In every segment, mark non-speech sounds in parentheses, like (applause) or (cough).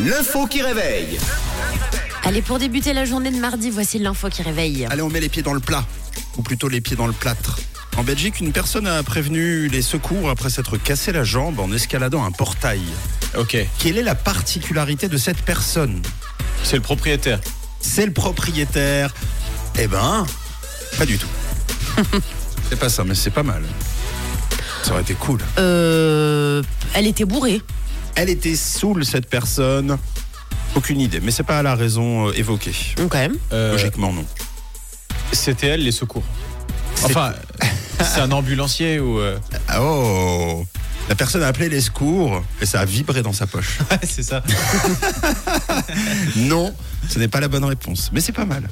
L'info qui réveille. Allez, pour débuter la journée de mardi, voici l'info qui réveille. Allez, on met les pieds dans le plat, ou plutôt les pieds dans le plâtre. En Belgique, une personne a prévenu les secours après s'être cassé la jambe en escaladant un portail. Ok, Quelle est la particularité de cette personne c'est le propriétaire. C'est le propriétaire Eh ben, pas du tout. (laughs) c'est pas ça, mais c'est pas mal. Ça aurait été cool. Euh, elle était bourrée. Elle était saoule, cette personne. Aucune idée, mais c'est pas la raison euh, évoquée. Ok. Euh, Logiquement, non. C'était elle, les secours. (laughs) Enfin, c'est un ambulancier ou. euh, Ah, Oh La personne a appelé les secours et ça a vibré dans sa poche. Ouais, Ah, c'est ça. non, ce n'est pas la bonne réponse, mais c'est pas mal.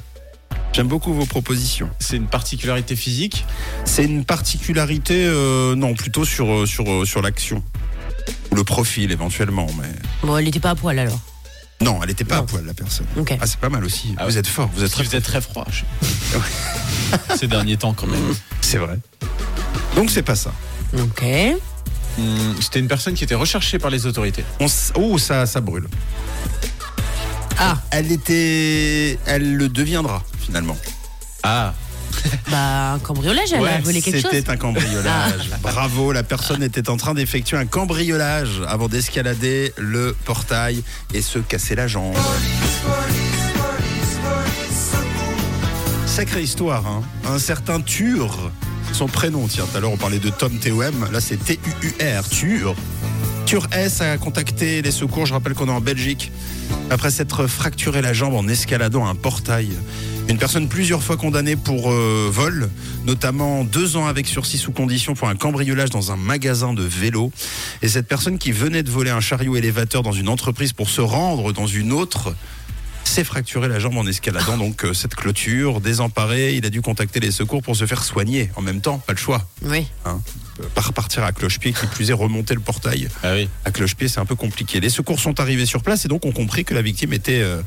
J'aime beaucoup vos propositions. C'est une particularité physique. C'est une particularité, euh, non, plutôt sur, euh, sur, euh, sur l'action. Ou le profil éventuellement, mais... Bon, elle était pas à poil alors. Non, elle n'était pas Non. à poil, la personne. Ok. Ah, c'est pas mal aussi. Ah vous ouais. êtes fort, vous êtes Parce très... qu'il faisait très froid je sais pas. (laughs) ces derniers temps, quand même. C'est vrai. Donc c'est pas ça. Ok. Hmm, C'était une personne qui était recherchée par les autorités. On s- Oh, ça, ça brûle. Ah, Elle était... Elle le deviendra, finalement. Ah, bah, un cambriolage, elle a Ouais, volé quelque chose. Ah. C'était un cambriolage. Bravo, la personne était en train d'effectuer un cambriolage avant d'escalader le portail et se casser la jambe. Sacrée histoire, hein. Un certain Tur, son prénom, tiens, tout à l'heure on parlait de Tom T-O-M, là c'est T-U-U-R, Tur. Tur S a contacté les secours, je rappelle qu'on est en Belgique, après s'être fracturé la jambe en escaladant un portail. Une personne plusieurs fois condamnée pour euh, vol, notamment deux ans avec sursis sous condition pour un cambriolage dans un magasin de vélo. Et cette personne qui venait de voler un chariot élévateur dans une entreprise pour se rendre dans une autre s'est fracturé la jambe en escaladant donc euh, cette clôture. Désemparé, il a dû contacter les secours pour se faire soigner. En même temps, pas le choix. Oui. Hein. Euh, Pas repartir à cloche-pied, qui plus est remonter le portail ah oui. à cloche-pied, c'est un peu compliqué. Les secours sont arrivés sur place et donc ont compris que la victime était, euh,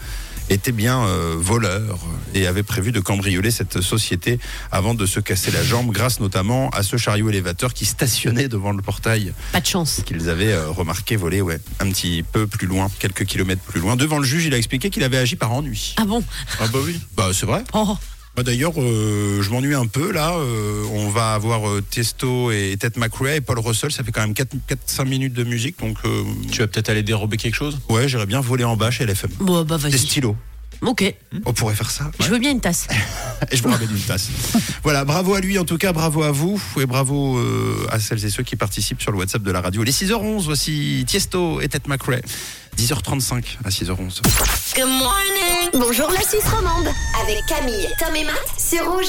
était bien euh, voleur et avait prévu de cambrioler cette société avant de se casser la jambe, grâce notamment à ce chariot élévateur qui stationnait devant le portail Pas de chance. qu'ils avaient euh, remarqué voler ouais, un petit peu plus loin, quelques kilomètres plus loin. Devant le juge, il a expliqué qu'il avait agi par ennui. Ah bon Ah bah oui Bah c'est vrai Oh, bah D'ailleurs, euh, je m'ennuie un peu là. Euh, on va avoir euh, Testo et Ted McRae et Paul Russell. Ça fait quand même 4-5 minutes de musique. Donc, euh, Tu vas peut-être aller dérober quelque chose Ouais, j'irais bien voler en bas chez LFM. bon, bah Des vas-y. stylos. Ok, On pourrait faire ça. je veux bien une tasse. Et je vous ramène une (laughs) tasse. voilà, bravo à lui en tout cas, bravo à vous et bravo euh, à celles et ceux qui participent sur le WhatsApp de la radio. Les 6h11, voici Tiesto et Tête McRae. 10h35 à 6h11. Bonjour la Suisse romande avec Camille, Tom et Matt, c'est rouge.